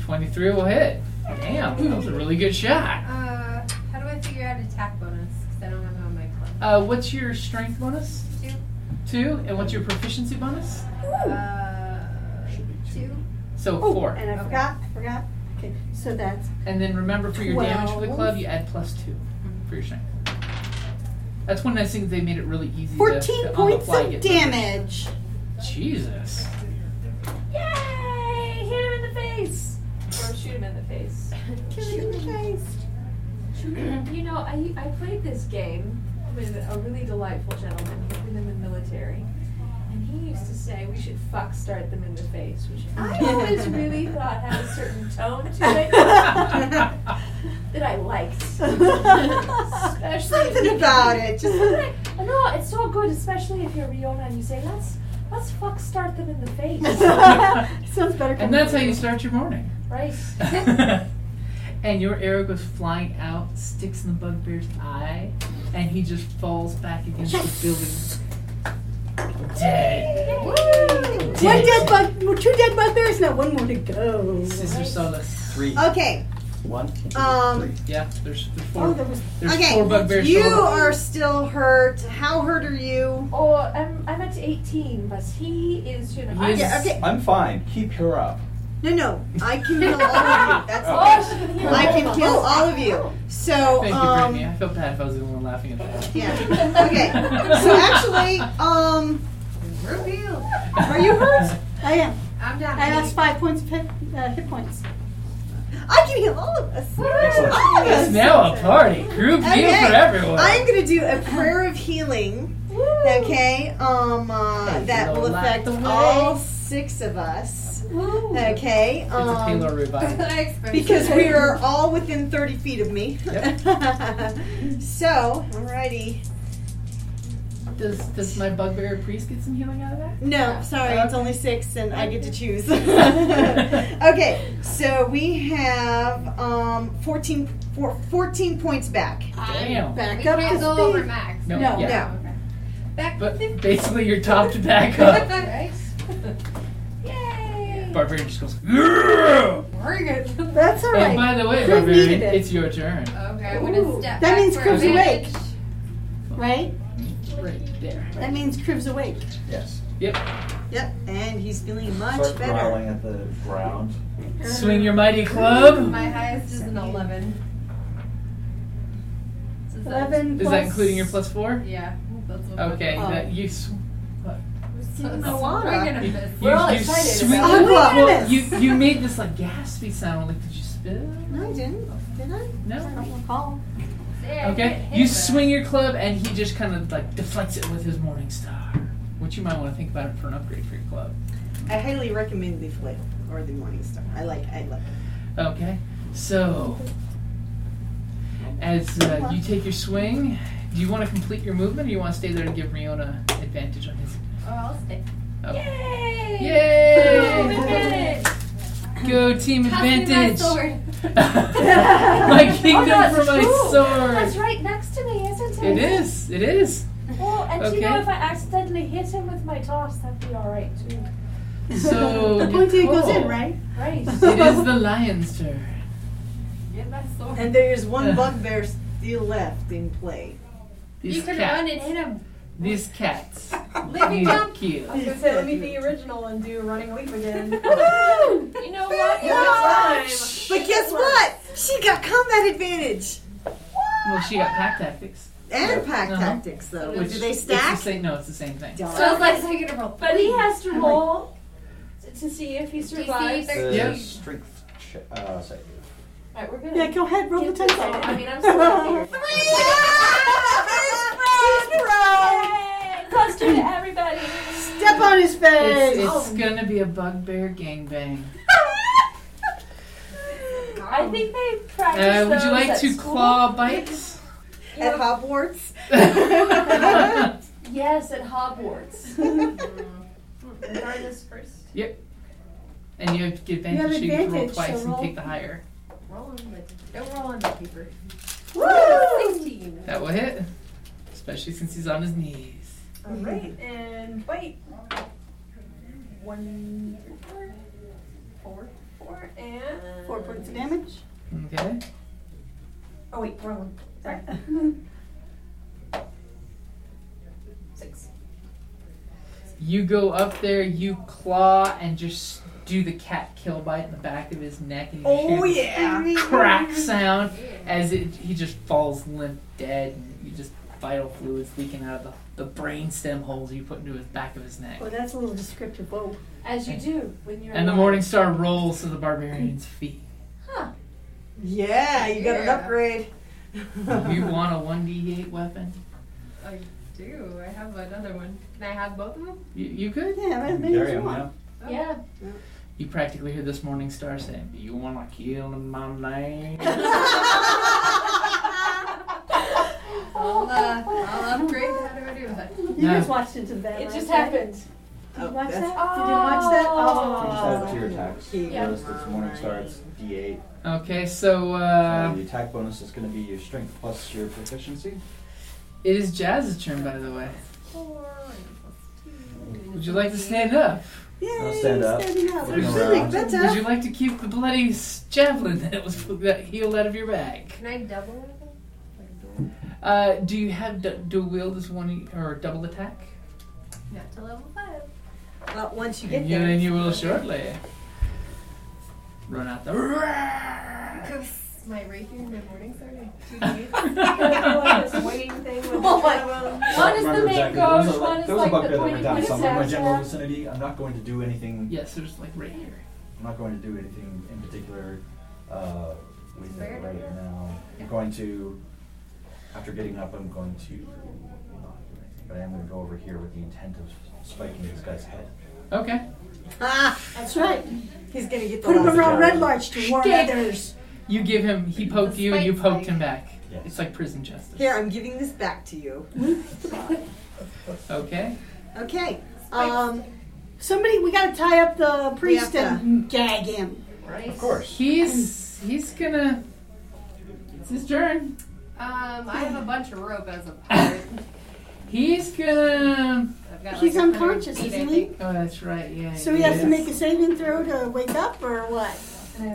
S3: 23 will hit. Damn, that was a really good shot.
S4: Uh, how do I figure out attack bonus? Because I don't have it on my club.
S3: Uh, what's your strength bonus?
S4: Two.
S3: Two. And what's your proficiency bonus?
S4: Uh, two.
S3: So
S11: Oh,
S3: four.
S11: And I forgot. I forgot. Okay, so that's
S3: And then remember for your damage to the
S11: Twelve.
S3: club, you add plus two for your strength. That's one nice thing they made it really easy. to-
S11: 14
S3: to,
S11: points
S3: on the fly
S11: of
S3: get-
S11: damage.
S3: Jesus.
S2: Yay! Hit him in the face. Or shoot him in the face. you know, I, I played this game with a really delightful gentleman who'd been in the military. And he used to say we should fuck start them in the face, which I always really thought had a certain tone to it that I liked. Especially if
S5: Something
S2: you-
S5: about it. Just
S2: No, it's so good, especially if you're Riona and you say, let's let's fuck start them in the face.
S11: Sounds better.
S3: and that's how you start your morning.
S2: right.
S3: and your arrow goes flying out, sticks in the bugbear's eye, and he just falls back against the building. Dead. Dead.
S11: One dead bug, well, two dead bugbears. Now one more to go.
S3: Sister Solace.
S10: Three.
S5: okay.
S10: One.
S11: Uh,
S5: Um.
S3: Yeah, there's, there's four.
S11: Oh, there was
S3: there's four
S5: Okay.
S3: bugbears.
S5: You
S3: total.
S5: are still hurt. How hurt are you?
S2: Oh, I'm, I'm at 18, but he is, you know.
S3: He is-
S5: Yeah. Okay.
S10: I'm fine. Keep her up.
S5: No, no. I can heal all of you. That's
S2: Oh,
S5: okay.
S2: she can hear
S5: I
S2: me.
S5: can heal
S11: Oh.
S5: all of you. So.
S3: Thank you,
S5: um,
S3: Brittany. I felt bad if I was the only one laughing at that.
S5: Yeah. Okay. So actually, um,
S4: Reveal.
S5: are you hurt?
S11: I am.
S4: I'm down.
S11: I lost five points of hit, uh, hit points.
S5: I can heal all of us.
S10: Excellent.
S5: All of
S3: It's
S5: us.
S3: now a party. Group deal
S5: Okay.
S3: for everyone.
S5: I'm gonna do a
S11: Uh-huh.
S5: prayer of healing. Okay. Um, uh, that will affect all six of us. Okay.
S3: it's a Taylor
S5: Um,
S3: revival.
S5: because we are all within 30 feet of me.
S3: Yep.
S5: so, alrighty.
S3: Does does my bugbear priest get some healing out of that?
S5: No, sorry, it's only six, and I get to choose. okay, so we have um, 14, four- 14 points back.
S3: Damn.
S11: Back
S4: We
S11: up
S4: can't
S11: to
S4: go
S11: speed.
S4: over max.
S3: No.
S11: No,
S3: yeah.
S5: no.
S4: Okay. Back to
S3: But
S4: 50.
S3: basically, you're top to back up.
S4: right? Yay!
S3: Barbarian just goes. "Grrr!"
S4: Bring it.
S11: That's all
S3: And
S11: right.
S3: by the way,
S11: Who
S3: Barbarian,
S11: needed it?
S3: it's your turn.
S4: Okay, I'm gonna step.
S11: That means
S4: backwards.
S11: Crib's awake, right?
S3: Right there.
S11: That means Crib's awake.
S10: Yes.
S5: Yep, and he's feeling much
S10: Start
S5: better.
S10: growling at the ground.
S3: Swing your mighty club.
S4: My highest is an 11. So is that-
S11: Eleven.
S3: Is that including your plus four?
S4: Yeah. That's what
S3: Okay,
S11: Oh.
S3: that you. s-
S4: Moana.
S3: You,
S4: We're all
S3: you
S4: excited
S3: sweet-
S4: about
S5: it. Aqua.
S3: well, you, you made this like gaspy sound. Like, did you spit?
S5: No, I didn't. Did I?
S3: No.
S4: recall.
S3: Okay. You swing your club, and he just kind of like deflects it with his morning star. Which you might want to think about it for an upgrade for your club.
S5: I highly recommend the flail or the morning star. I like. I love. it.
S3: Okay. So, as uh, you take your swing, do you want to complete your movement, or you want to stay there to give Riona advantage on his?
S4: Or I'll stay.
S3: Okay.
S4: Yay! Oh, we
S3: Yay!
S4: did it!
S3: Go team
S4: Pass me my
S3: advantage!
S4: sword.
S3: my
S4: Oh,
S3: kingdom
S4: that's
S3: for my
S4: true. That's
S3: sword.
S4: right next to me, isn't
S3: It
S4: it?
S3: is. It is.
S4: Well, and you know,
S3: Okay.
S4: if I accidentally hit him with my toss, that'd be alright too.
S3: So
S11: The point it goes in,
S3: Nicole,
S11: right?
S4: Right.
S3: It is the lion's turn.
S4: Get my sword.
S5: And there is one
S3: Yeah.
S5: bugbear still left in play.
S3: These
S4: you can
S3: cats.
S4: run and hit him.
S3: These cats.
S4: Leaping jump.
S3: Thank you.
S2: I was gonna say, let me be original and do running leap again.
S4: You know what? You're
S5: Yeah.
S4: time.
S5: But guess what? She got combat advantage
S3: Well, she got pack tactics.
S5: and pack
S3: Uh-huh.
S5: tactics though.
S3: Which
S5: Do they
S3: it's
S5: stack?
S3: the same, no, it's the same thing.
S5: Darn.
S4: So it's like second to roll.
S2: But he has to roll to- to see if he survives.
S4: thirteen.
S2: All
S10: The
S3: Yeah.
S10: strength che- uh, save.
S2: right, we're gonna.
S11: Yeah, go ahead, roll the
S2: get
S11: ten
S2: this on. I
S11: sided.
S2: mean, I'm still not here. Yay! Cluster to everybody.
S11: Step on his
S3: It's,
S11: face.
S3: it's gonna be a bugbear gangbang.
S2: I think they practice
S3: Uh, would
S2: those
S3: you like
S2: at
S3: to
S2: school.
S3: claw bites?
S5: At Hogwarts?
S3: yep.
S2: Yes, at Hogwarts.
S12: Mm-hmm.
S2: Learn this first.
S3: And you have to get
S11: You have
S3: advantage. so you have to roll
S11: advantage, so
S3: twice and
S11: roll.
S3: take the higher.
S4: Roll on the don't roll on the paper. Sixteen.
S3: That will hit, especially since he's on his knees.
S2: All right, and wait. One, four, four, four, and
S11: Four points of damage.
S3: Okay.
S2: Oh wait, wrong one. Sorry. Six.
S3: You go up there, you claw, and just do the cat kill bite in the back of his neck, and you hear this crack sound as it, he just falls limp dead, and you just vital fluids leaking out of the, the brain stem holes you put into his back of his neck.
S5: Oh,
S11: Well, that's a little descriptive. Whoa.
S2: As you do when you're.
S3: And the
S2: alive.
S3: Morning Star rolls to the barbarian's feet.
S5: Yeah, you got an
S4: Yeah.
S5: upgrade.
S3: You want a 1d8 weapon?
S4: I do. I have another one. Can I have both of them?
S3: You, you could?
S11: Yeah, that many as
S10: Gary,
S11: you want.
S10: yeah.
S2: Yeah.
S3: You practically hear this Morning Star saying, You want to kill my name?
S2: Oh,
S4: I'll, uh, I'll upgrade. How do I do that?
S11: You
S3: No.
S11: guys watched Into the Bad.
S2: It
S11: right?
S2: just happened.
S11: Did you
S5: Oh,
S11: watch that?
S5: that's-
S11: You didn't watch that?
S10: You just
S11: Oh.
S10: have
S2: Um,
S10: tier attacks.
S5: Yeah.
S10: Yeah. Notice it's morning star. It's D8.
S3: Okay, so
S10: So
S3: uh,
S10: the attack bonus is going to be your strength plus your proficiency.
S3: it is Jazz's turn, by the way.
S2: Oh.
S3: Would you like to stand up?
S5: Yay,
S10: stand up.
S5: standing up.
S10: Looking
S5: I'm
S10: around.
S5: feeling
S3: Would
S5: better.
S3: you like to keep the bloody s- javelin that was that healed out of your bag?
S4: Can I double anything?
S3: Uh, do you have du- dual wield as one or double attack?
S4: Not to level five.
S5: Well, once you get
S3: And you,
S5: there.
S3: and you will shortly. Run out the.
S4: Because my rapier and my morning started.
S2: Like this waiting thing with
S5: Oh my-
S2: One is the
S10: Remember
S2: main
S10: exactly. There was
S2: gauge,
S10: a-
S2: one is
S10: there was
S2: like
S10: a bugbear
S2: the pointy
S10: that went down
S2: one
S10: somewhere in my
S2: is
S10: general
S2: that.
S10: vicinity. I'm not going to do anything.
S3: Yes, there's like right here.
S10: I'm not going to do anything in particular uh, with
S4: Fair
S10: it right
S4: enough.
S10: now. I'm going to, after getting up, I'm going to not do anything, but I am going to go over here with the intent of spiking this guy's head.
S3: Okay.
S5: Ah,
S11: That's right.
S5: he's gonna get the
S11: Put him
S5: last
S11: around
S5: guy.
S11: Red Larch to warn
S3: Shtick.
S11: others.
S3: You give him. He poked you, and you
S4: spike
S3: poked him back.
S10: Yes.
S3: It's like prison justice.
S5: Here, I'm giving this back to you.
S3: Okay.
S5: Okay. Um,
S11: Somebody, we gotta tie up the priest
S5: We have to-
S11: and gag him.
S4: Right.
S10: Of course.
S3: He's he's gonna. It's his turn.
S4: Um, I have a bunch of rope as a pirate.
S3: He's gonna.
S4: I've got
S11: He's
S4: like
S11: unconscious,
S4: 108, I
S11: isn't
S4: think.
S11: he?
S3: Oh, that's right. Yeah.
S11: So he has to
S3: is.
S11: make a saving throw to wake up or what?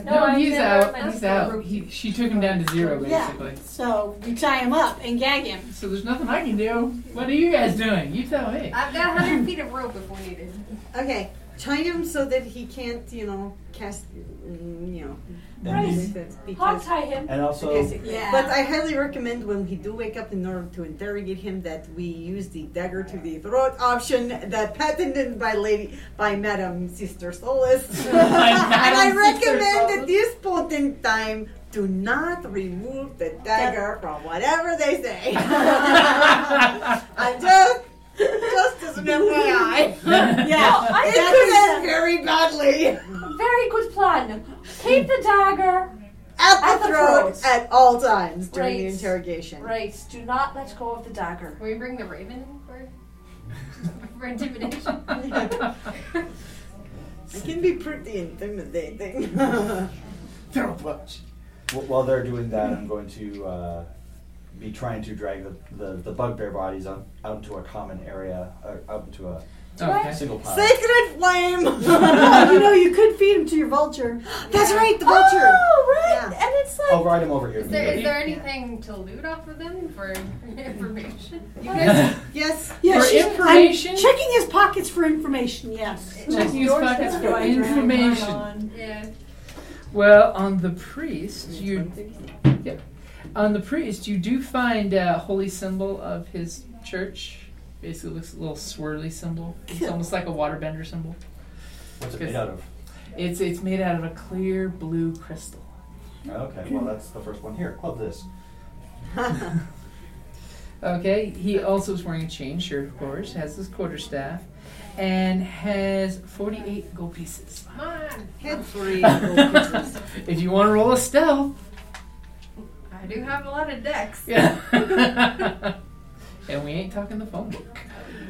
S3: No,
S2: I've
S3: he's
S2: never
S3: out.
S2: met
S3: He's
S2: a
S3: out.
S2: group.
S3: He, she took him down to zero,
S11: Yeah.
S3: basically.
S11: So you tie him up and gag him.
S3: So there's nothing I can do. What are you guys doing? You tell me.
S4: I've got 100 feet of rope if we need it.
S5: okay. Tie him so that he can't, you know, cast, mm, you know,
S12: Right. Hog tie him.
S10: And also-
S5: Okay, so-
S4: Yeah.
S5: But I highly recommend when we do wake up in order to interrogate him that we use the dagger to the throat option that patented by lady by Madam Sister Solis. and I
S3: Madam Sister
S5: recommend
S3: Solis.
S5: at this point in time do not remove the dagger from whatever they say. I'm just just as an FYI.
S12: No,
S2: Oh,
S12: I
S5: It
S12: think
S5: could end
S12: it's
S5: very badly.
S12: a very good plan. Keep the dagger.
S5: At the,
S12: At the
S5: throat,
S12: throat.
S5: at all times during the
S12: Right.
S5: interrogation.
S12: Right. Do not let go of the dagger.
S4: Will you bring the raven in for, for intimidation?
S5: It can be pretty intimidating.
S10: Throw punch. Wh- While they're doing that, I'm going to uh, be trying to drag the, the, the bugbear bodies out, out into a common area, or out into a
S3: Okay.
S10: single pile.
S5: Sacred flame!
S11: oh, you know, you could feed him to your vulture.
S5: That's right, the vulture.
S12: Oh, right.
S5: Yeah.
S12: And it's like,
S10: I'll ride him over here.
S4: Is there, is there anything to loot off of them for information?
S5: You guys, yes.
S11: Yeah,
S3: For
S11: she's- I'm
S3: information?
S11: Checking his pockets for information, yes.
S3: Checking his pockets for information.
S4: Yeah.
S3: Well, on the priest, you yep. on the priest you do find a holy symbol of his church. Basically, looks a little swirly symbol. It's almost like a waterbender symbol.
S10: What's it made out of?
S3: It's it's made out of a clear blue crystal.
S10: Okay, well, that's the first one here. Club this.
S3: Okay, he also is wearing a chain shirt, of course, has his quarterstaff, and has 48 gold pieces.
S4: Come on.
S5: Head three.
S3: if you want to roll a stealth.
S4: I do have a lot of decks.
S3: Yeah. and we ain't talking the phone book.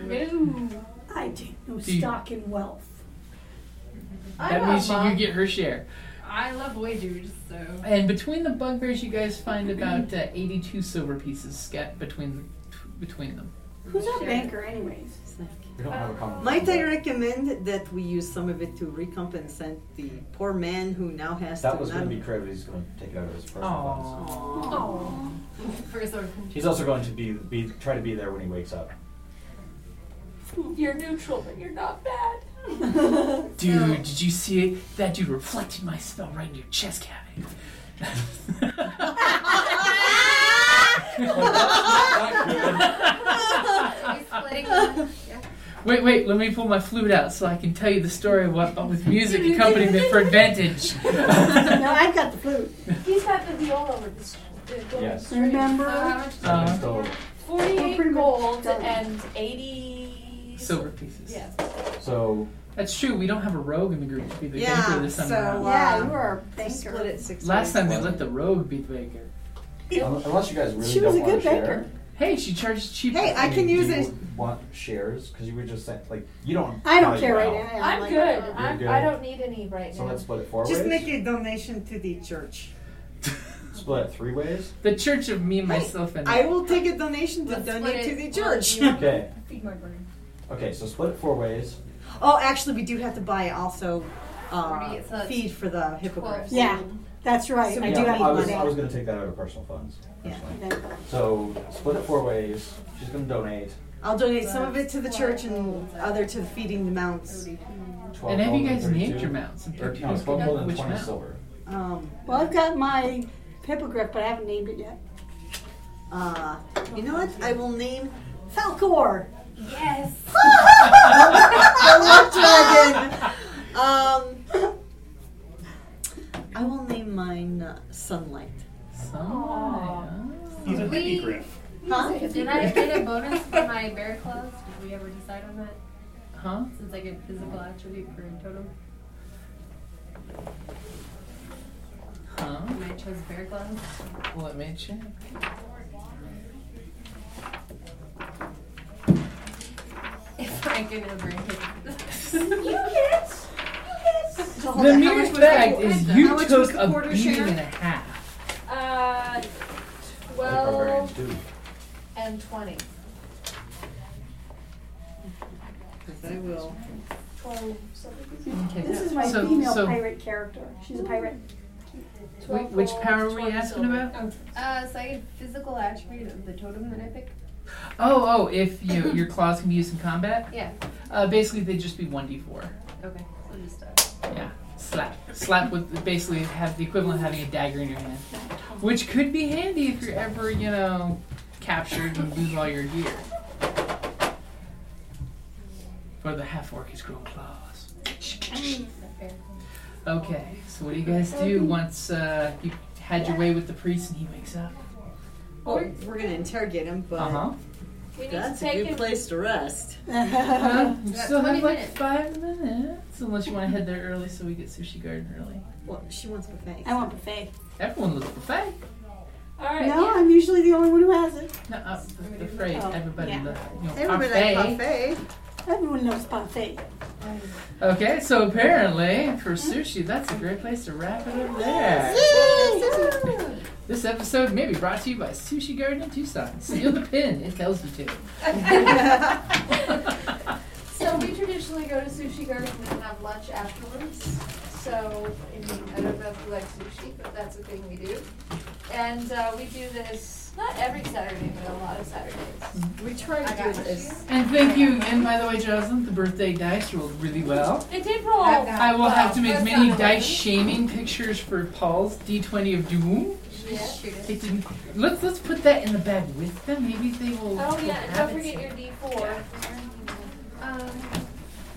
S4: No.
S11: I take no
S3: Do you-
S11: stock in wealth.
S4: I
S3: That
S4: love
S3: means you
S4: mom.
S3: get her share.
S4: I love wagers, so.
S3: And between the bugbears, you guys find about uh, 82 silver pieces scat between between them.
S11: Who's our
S4: Sure.
S11: banker, anyways?
S10: We don't have a common.
S5: Might I recommend that we use some of it to recompense the poor man who now has
S10: That
S5: to
S10: was going
S5: not-
S10: to be Craig, but he's going to take it out of his personal
S3: Aww.
S10: funds.
S4: Oh. First order.
S10: He's also going to be, be try to be there when he wakes up.
S12: you're neutral, but you're not bad.
S3: Dude, did you see it? That dude reflected my spell right in your chest cavity.
S11: Ah!
S4: He's splitting. Yeah.
S3: wait, wait, let me pull my flute out so I can tell you the story what, with music accompaniment for advantage.
S11: No, I've got the flute.
S12: He's got the viola with this. The gold.
S10: Yes.
S4: So how
S11: Remember?
S4: much?
S3: Uh,
S10: so,
S11: We're
S12: 48
S11: pretty much
S12: gold
S11: done.
S12: and 80.
S3: silver pieces.
S12: Yeah.
S10: so
S3: That's true, we don't have a rogue in the group to be the
S5: Yeah,
S3: banker this time
S5: so,
S3: around.
S11: Yeah, you were our banker.
S5: Split it six
S3: Last
S5: ways.
S3: time they let the rogue be the banker.
S10: un- unless you guys really
S11: She was
S10: don't
S11: a
S10: want
S11: good
S10: to share,
S11: banker.
S3: Hey, she charged cheap.
S5: Hey, I
S10: mean,
S5: can
S10: do
S5: use
S10: you
S5: it.
S10: Want shares? Because you were just saying like you don't.
S11: I don't
S10: value
S11: care right
S10: it
S11: now.
S12: I'm
S11: like,
S12: good.
S11: uh,
S12: I'm,
S10: good.
S12: I don't need any right
S10: So
S12: now.
S10: let's split it four
S5: Just
S10: ways.
S5: make a donation to the church.
S10: split it three ways.
S3: the church of me, myself, and
S5: I will take a donation to
S4: Let's
S5: donate to
S4: split
S5: the
S4: it.
S5: church.
S4: Well,
S10: Okay.
S4: you Feed my brain.
S10: Okay. So split it four ways.
S5: Oh, actually, we do have to buy also
S4: Forty,
S5: uh,
S4: it's a-
S5: feed for the hippogriffs.
S4: Twelve.
S11: Yeah, that's right.
S5: So
S11: I
S5: we
S11: do
S10: Yeah,
S11: need
S10: I was,
S11: money.
S10: I was going to take that out of personal funds.
S5: Yeah.
S10: personally.
S11: And then-
S10: So split it four ways. She's going to donate
S5: I'll donate some of it to the church and other to feeding the mounts.
S10: twelve.
S3: And have you
S10: gold
S3: guys named
S10: 32
S3: your mounts? And
S10: Or,
S3: picked
S10: no,
S3: who's
S10: twelve
S3: gonna-
S10: gold and
S3: which
S10: twenty
S3: mount?
S10: silver.
S5: Um,
S11: Well, I've got my hippogriff, but I haven't named it yet.
S5: uh, you know what? I will name
S11: Falcor.
S4: Yes.
S5: the luck dragon. Um, I will name mine uh, sunlight.
S3: Somebody,
S6: He's a
S4: We-
S6: hippie griff.
S5: Huh?
S4: Did I get a bonus for my bear claws? Did we ever decide on that?
S3: huh? Huh?
S4: Since I get physical attribute for a totem,
S3: Huh?
S4: and I chose bear claws.
S3: Let me check.
S4: If I can ever hit.
S12: you kids! You kids!
S5: So hold
S3: The
S5: on, how
S3: mere
S5: much was
S3: fact
S5: the-
S3: is
S5: how
S3: you
S5: much was
S3: took
S5: the
S3: a
S5: quarter
S3: beating
S5: share?
S3: and a half.
S12: Uh,
S10: I think barbarians
S12: 12
S10: do.
S12: and 20.
S5: 'Cause I will.
S12: 12, something.
S3: Okay.
S11: This is my
S3: so,
S11: female
S3: so
S11: pirate character. She's a pirate.
S3: wh- which power were we asking about?
S4: Uh, so I get physical attribute of the totem that I pick.
S3: Oh, oh, if you, your claws can be used in combat?
S4: Yeah.
S3: Uh, basically, they'd just be 1d4.
S4: Okay. So just uh,
S3: Yeah. slap. Slap would basically have the equivalent of having a dagger in your hand, which could be handy if you're ever, you know, captured and lose all your gear. For the half orc is growing claws. Okay, so what do you guys do once uh, you had your way with the priest and he wakes up?
S11: Oh.
S5: Well, Oh, we're gonna interrogate him, but
S3: Uh huh.
S2: We need
S5: that's
S2: to
S5: a
S2: take
S5: good
S2: him.
S5: place to rest.
S3: Well, we
S4: Uh-huh. About
S3: still have
S4: 20
S3: like
S4: minutes.
S3: five minutes, unless you want to head there early so we get sushi garden early.
S5: Well, she wants buffet.
S11: I want buffet.
S3: Everyone loves buffet.
S2: All right.
S11: No,
S2: yeah.
S11: I'm usually the only one who has it.
S3: No, uh, the, the phrase everybody
S11: yeah.
S3: loves. You know,
S5: Everybody
S3: buffet.
S5: like buffet.
S11: Everyone loves buffet.
S3: Okay, so apparently for sushi, that's a great place to wrap it up there. This episode may be brought to you by Sushi Garden in Tucson. Seal the pin, it tells you to.
S2: So we traditionally go to sushi garden and have lunch afterwards. So I mean, I don't know if you like sushi, but that's a thing we do. And uh, we do this not every Saturday, but a lot of Saturdays.
S5: We try
S2: I
S5: to
S2: got
S5: do this.
S3: And thank you, and by the way, Jocelyn, the birthday dice rolled really well.
S2: It did roll.
S4: I've got-
S3: I will have to make
S2: That's
S3: many
S2: not a weapon.
S3: dice shaming pictures for Paul's D20 of doom.
S2: Yeah.
S4: Shoot it.
S3: It didn't. Let's let's put that in the bag with them. Maybe they will.
S2: Oh yeah, and
S3: have
S2: don't
S3: it
S2: forget
S3: some-
S2: your D four. Um,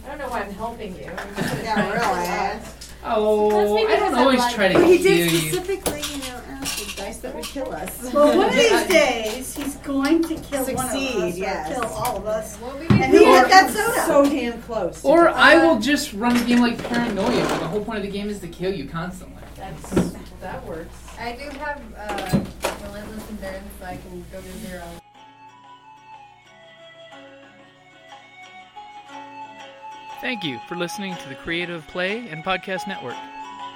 S2: I don't know why I'm helping you.
S5: Yeah, really.
S3: Oh,
S2: That's
S3: I don't
S2: because I
S3: always
S2: like-
S3: try to
S5: But he
S3: heal
S5: did
S3: you.
S5: specifically, you know, ask the dice that would kill us.
S11: Well, one of these days, he's going to kill one of
S5: Succeed,
S11: us.
S5: yes.
S11: Or kill all of us.
S4: Well, we can
S5: And he
S11: Or-
S5: had that soda. So damn close.
S3: Or I will just run a game like Paranoia, where the whole point of the game is to kill you constantly.
S2: That's that works.
S4: I do have uh, relentless endurance, so I can go to zero.
S13: Thank you for listening to the Creative Play and Podcast Network.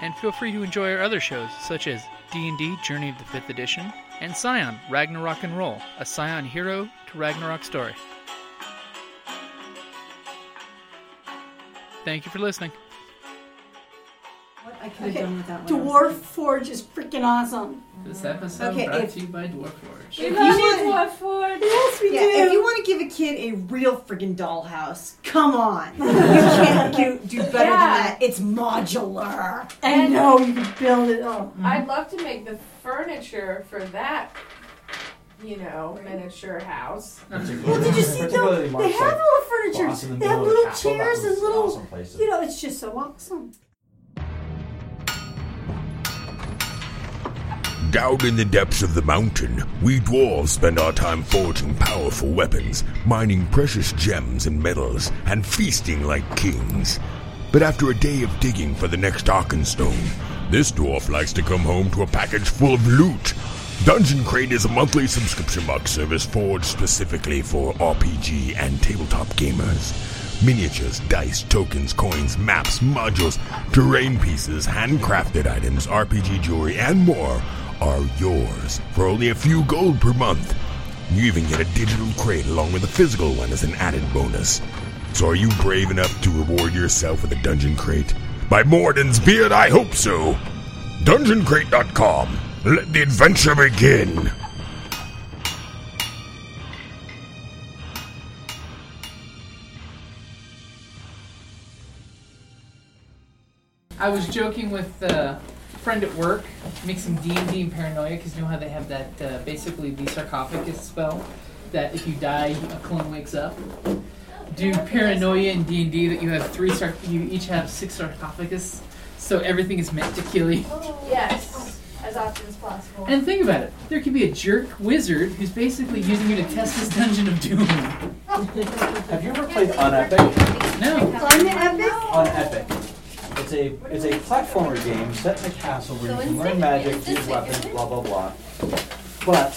S13: And feel free to enjoy our other shows such as D&D Journey of the 5th Edition and Scion Ragnarok and Roll, a Scion hero to Ragnarok story. Thank you for listening.
S5: What I could have done with that one.
S11: Dwarf Forge is freaking awesome.
S3: This episode
S5: Okay,
S3: brought
S5: if-
S3: to you by Dwarf Forge.
S2: We
S5: If
S2: love
S5: you
S2: you,
S5: want-
S2: Wofford.
S11: Yes, we
S5: Yeah,
S11: do.
S5: if you want to give a kid a real freaking dollhouse, come on. You can't do, do better than that. It's modular.
S11: and no, you can build it up.
S2: I'd love to make the furniture for that, you know, miniature house.
S11: Well, did you see though?
S10: Particularly
S11: They
S10: Mark's
S11: have
S10: like
S11: little furniture.
S10: Boston
S11: They have
S10: Village
S11: little
S10: Castle, that
S11: chairs
S10: was
S11: and little.
S10: awesome places.
S11: You know, it's just so awesome.
S14: Down in the depths of the mountain, we dwarves spend our time forging powerful weapons, mining precious gems and metals, and feasting like kings. But after a day of digging for the next Arkenstone, this dwarf likes to come home to a package full of loot. Dungeon Crate is a monthly subscription box service forged specifically for RPG and tabletop gamers. Miniatures, dice, tokens, coins, maps, modules, terrain pieces, handcrafted items, RPG jewelry, and more are yours for only a few gold per month. You even get a digital crate along with a physical one as an added bonus. So are you brave enough to reward yourself with a dungeon crate? By Morden's beard, I hope so! DungeonCrate.com. Let the adventure begin!
S3: I was joking with uh, a friend at work, mixing D and D and paranoia, because you know how they have that uh, basically the sarcophagus spell that if you die, a clone wakes up. Do paranoia and D and D that you have three sar- you each have six sarcophagus, so everything is meant to kill you.
S2: Oh. Yes, Oh. as often as possible.
S3: And think about it, there could be a jerk wizard who's basically using you to test this dungeon of doom.
S10: Have you ever played Unepic?
S3: No,
S11: On the epic.
S10: Unepic. It's a it's a platformer game set in a castle where you can learn magic, use weapons, blah blah blah. But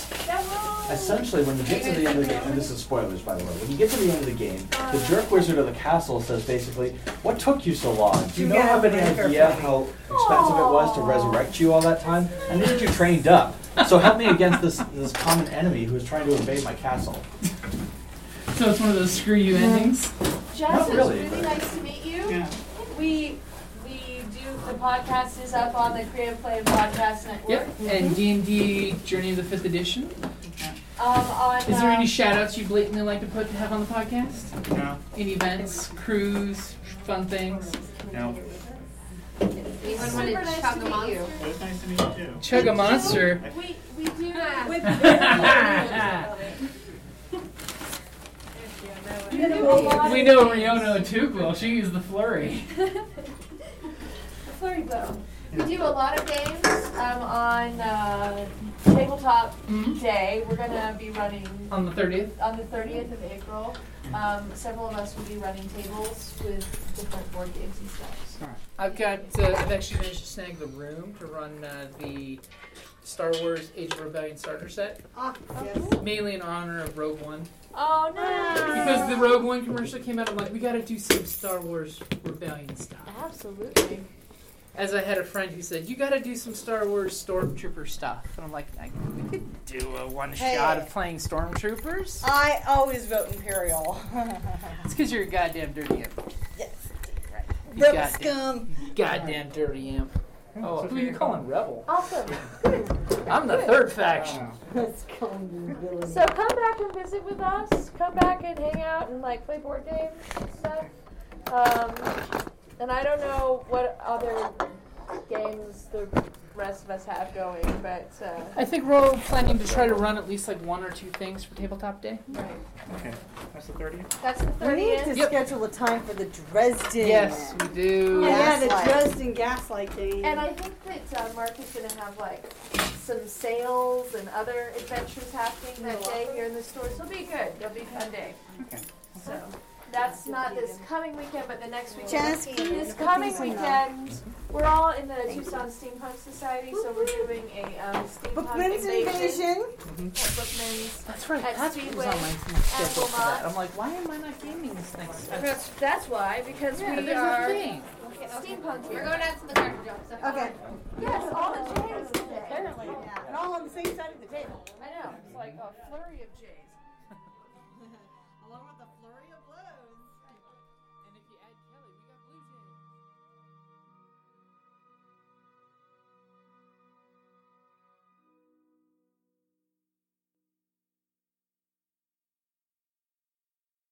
S10: essentially, when you get to the end of the game, and this is spoilers by the way, when you get to the end of the game, the jerk wizard of the castle says basically, "What took you so long? Do you not have any idea how expensive it was to resurrect you all that time? I needed you trained up. So help me against this this common enemy who is trying to invade my castle."
S3: so it's one of those screw you endings.
S2: Jess, it was
S10: really,
S2: really
S10: but-
S2: nice to meet you.
S6: Yeah.
S2: We we do the podcast is up on the Creative Play Podcast Network.
S3: Yep, and D and D Journey of the Fifth Edition.
S2: Um, on
S3: Is there
S2: uh,
S3: any shout outs you'd blatantly like to put to have on the podcast?
S6: No,
S3: Any events, crews, fun things?
S6: no.
S2: everyone wanted
S4: Super nice
S2: Chug a
S4: to meet
S2: Monster. It
S4: you.
S2: was
S6: nice to meet you too.
S3: Chug a Monster.
S2: We, we do that.
S4: With-
S3: We know Riona Tugwell. She is the flurry.
S2: Flurry bow. We do a lot of games um, on uh, tabletop
S1: Mm-hmm.
S2: day. We're gonna be running
S3: On the 30th?
S2: on the 30th of April. Um, several of us will be running tables with different board games and stuff.
S3: I've got. Uh, I've actually managed to snag the room to run uh, the Star Wars Age of Rebellion starter set,
S5: Ah, yes.
S3: mainly in honor of Rogue One.
S2: Oh no!
S3: Because the Rogue One commercial came out, I'm like, we gotta do some Star Wars Rebellion stuff.
S2: Absolutely.
S3: As I had a friend who said, you gotta do some Star Wars Stormtrooper stuff. And I'm like, I, we could do a one
S1: Hey.
S3: shot of playing Stormtroopers?
S1: I always vote Imperial.
S3: It's because you're a goddamn dirty imp.
S1: yes,
S3: You
S1: Rebel
S3: goddamn-
S1: scum.
S3: Goddamn dirty imp. Oh, who are you calling rebel?
S2: Awesome.
S3: I'm the third faction.
S2: So come back and visit with us. Come back and hang out and like play board games and stuff. Um, and I don't know what other games the rest of us have going, but uh,
S3: I think we're all planning to try to run at least like one or two things for tabletop day.
S6: Okay, that's the 30th.
S2: that's the
S1: We need
S2: 30th.
S1: to schedule a time for the Dresden.
S3: Yes, we do.
S11: Oh, yeah, the
S1: Gaslight.
S11: Dresden gaslight game.
S2: And I think that uh, Mark is going to have like some sales and other adventures happening that day here in the store. So it'll be good. It'll be a fun day. So that's not this coming weekend, but the next weekend.
S1: Janice, can you
S2: this
S1: put
S2: coming
S1: these in the-
S2: weekend, we're all in the Tucson Steampunk Society, so we're doing a um, steampunk
S1: Bookman's
S2: invasion
S1: Invasion.
S2: at Bookman's.
S3: That's right.
S2: At
S3: That's what
S2: Speedway
S3: was on my, my schedule for
S2: Vermont.
S3: that. I'm like, why am I not gaming this next?
S2: That's, that's why, because
S3: Yeah,
S2: we
S3: there's
S2: are
S3: a thing.
S2: steampunk
S4: We're
S2: here.
S4: going out to the cracker job. So
S1: Okay.
S2: Yes, all the J's today.
S1: Apparently, yeah. And all on the same side of the table.
S2: I know. It's like a flurry of J's.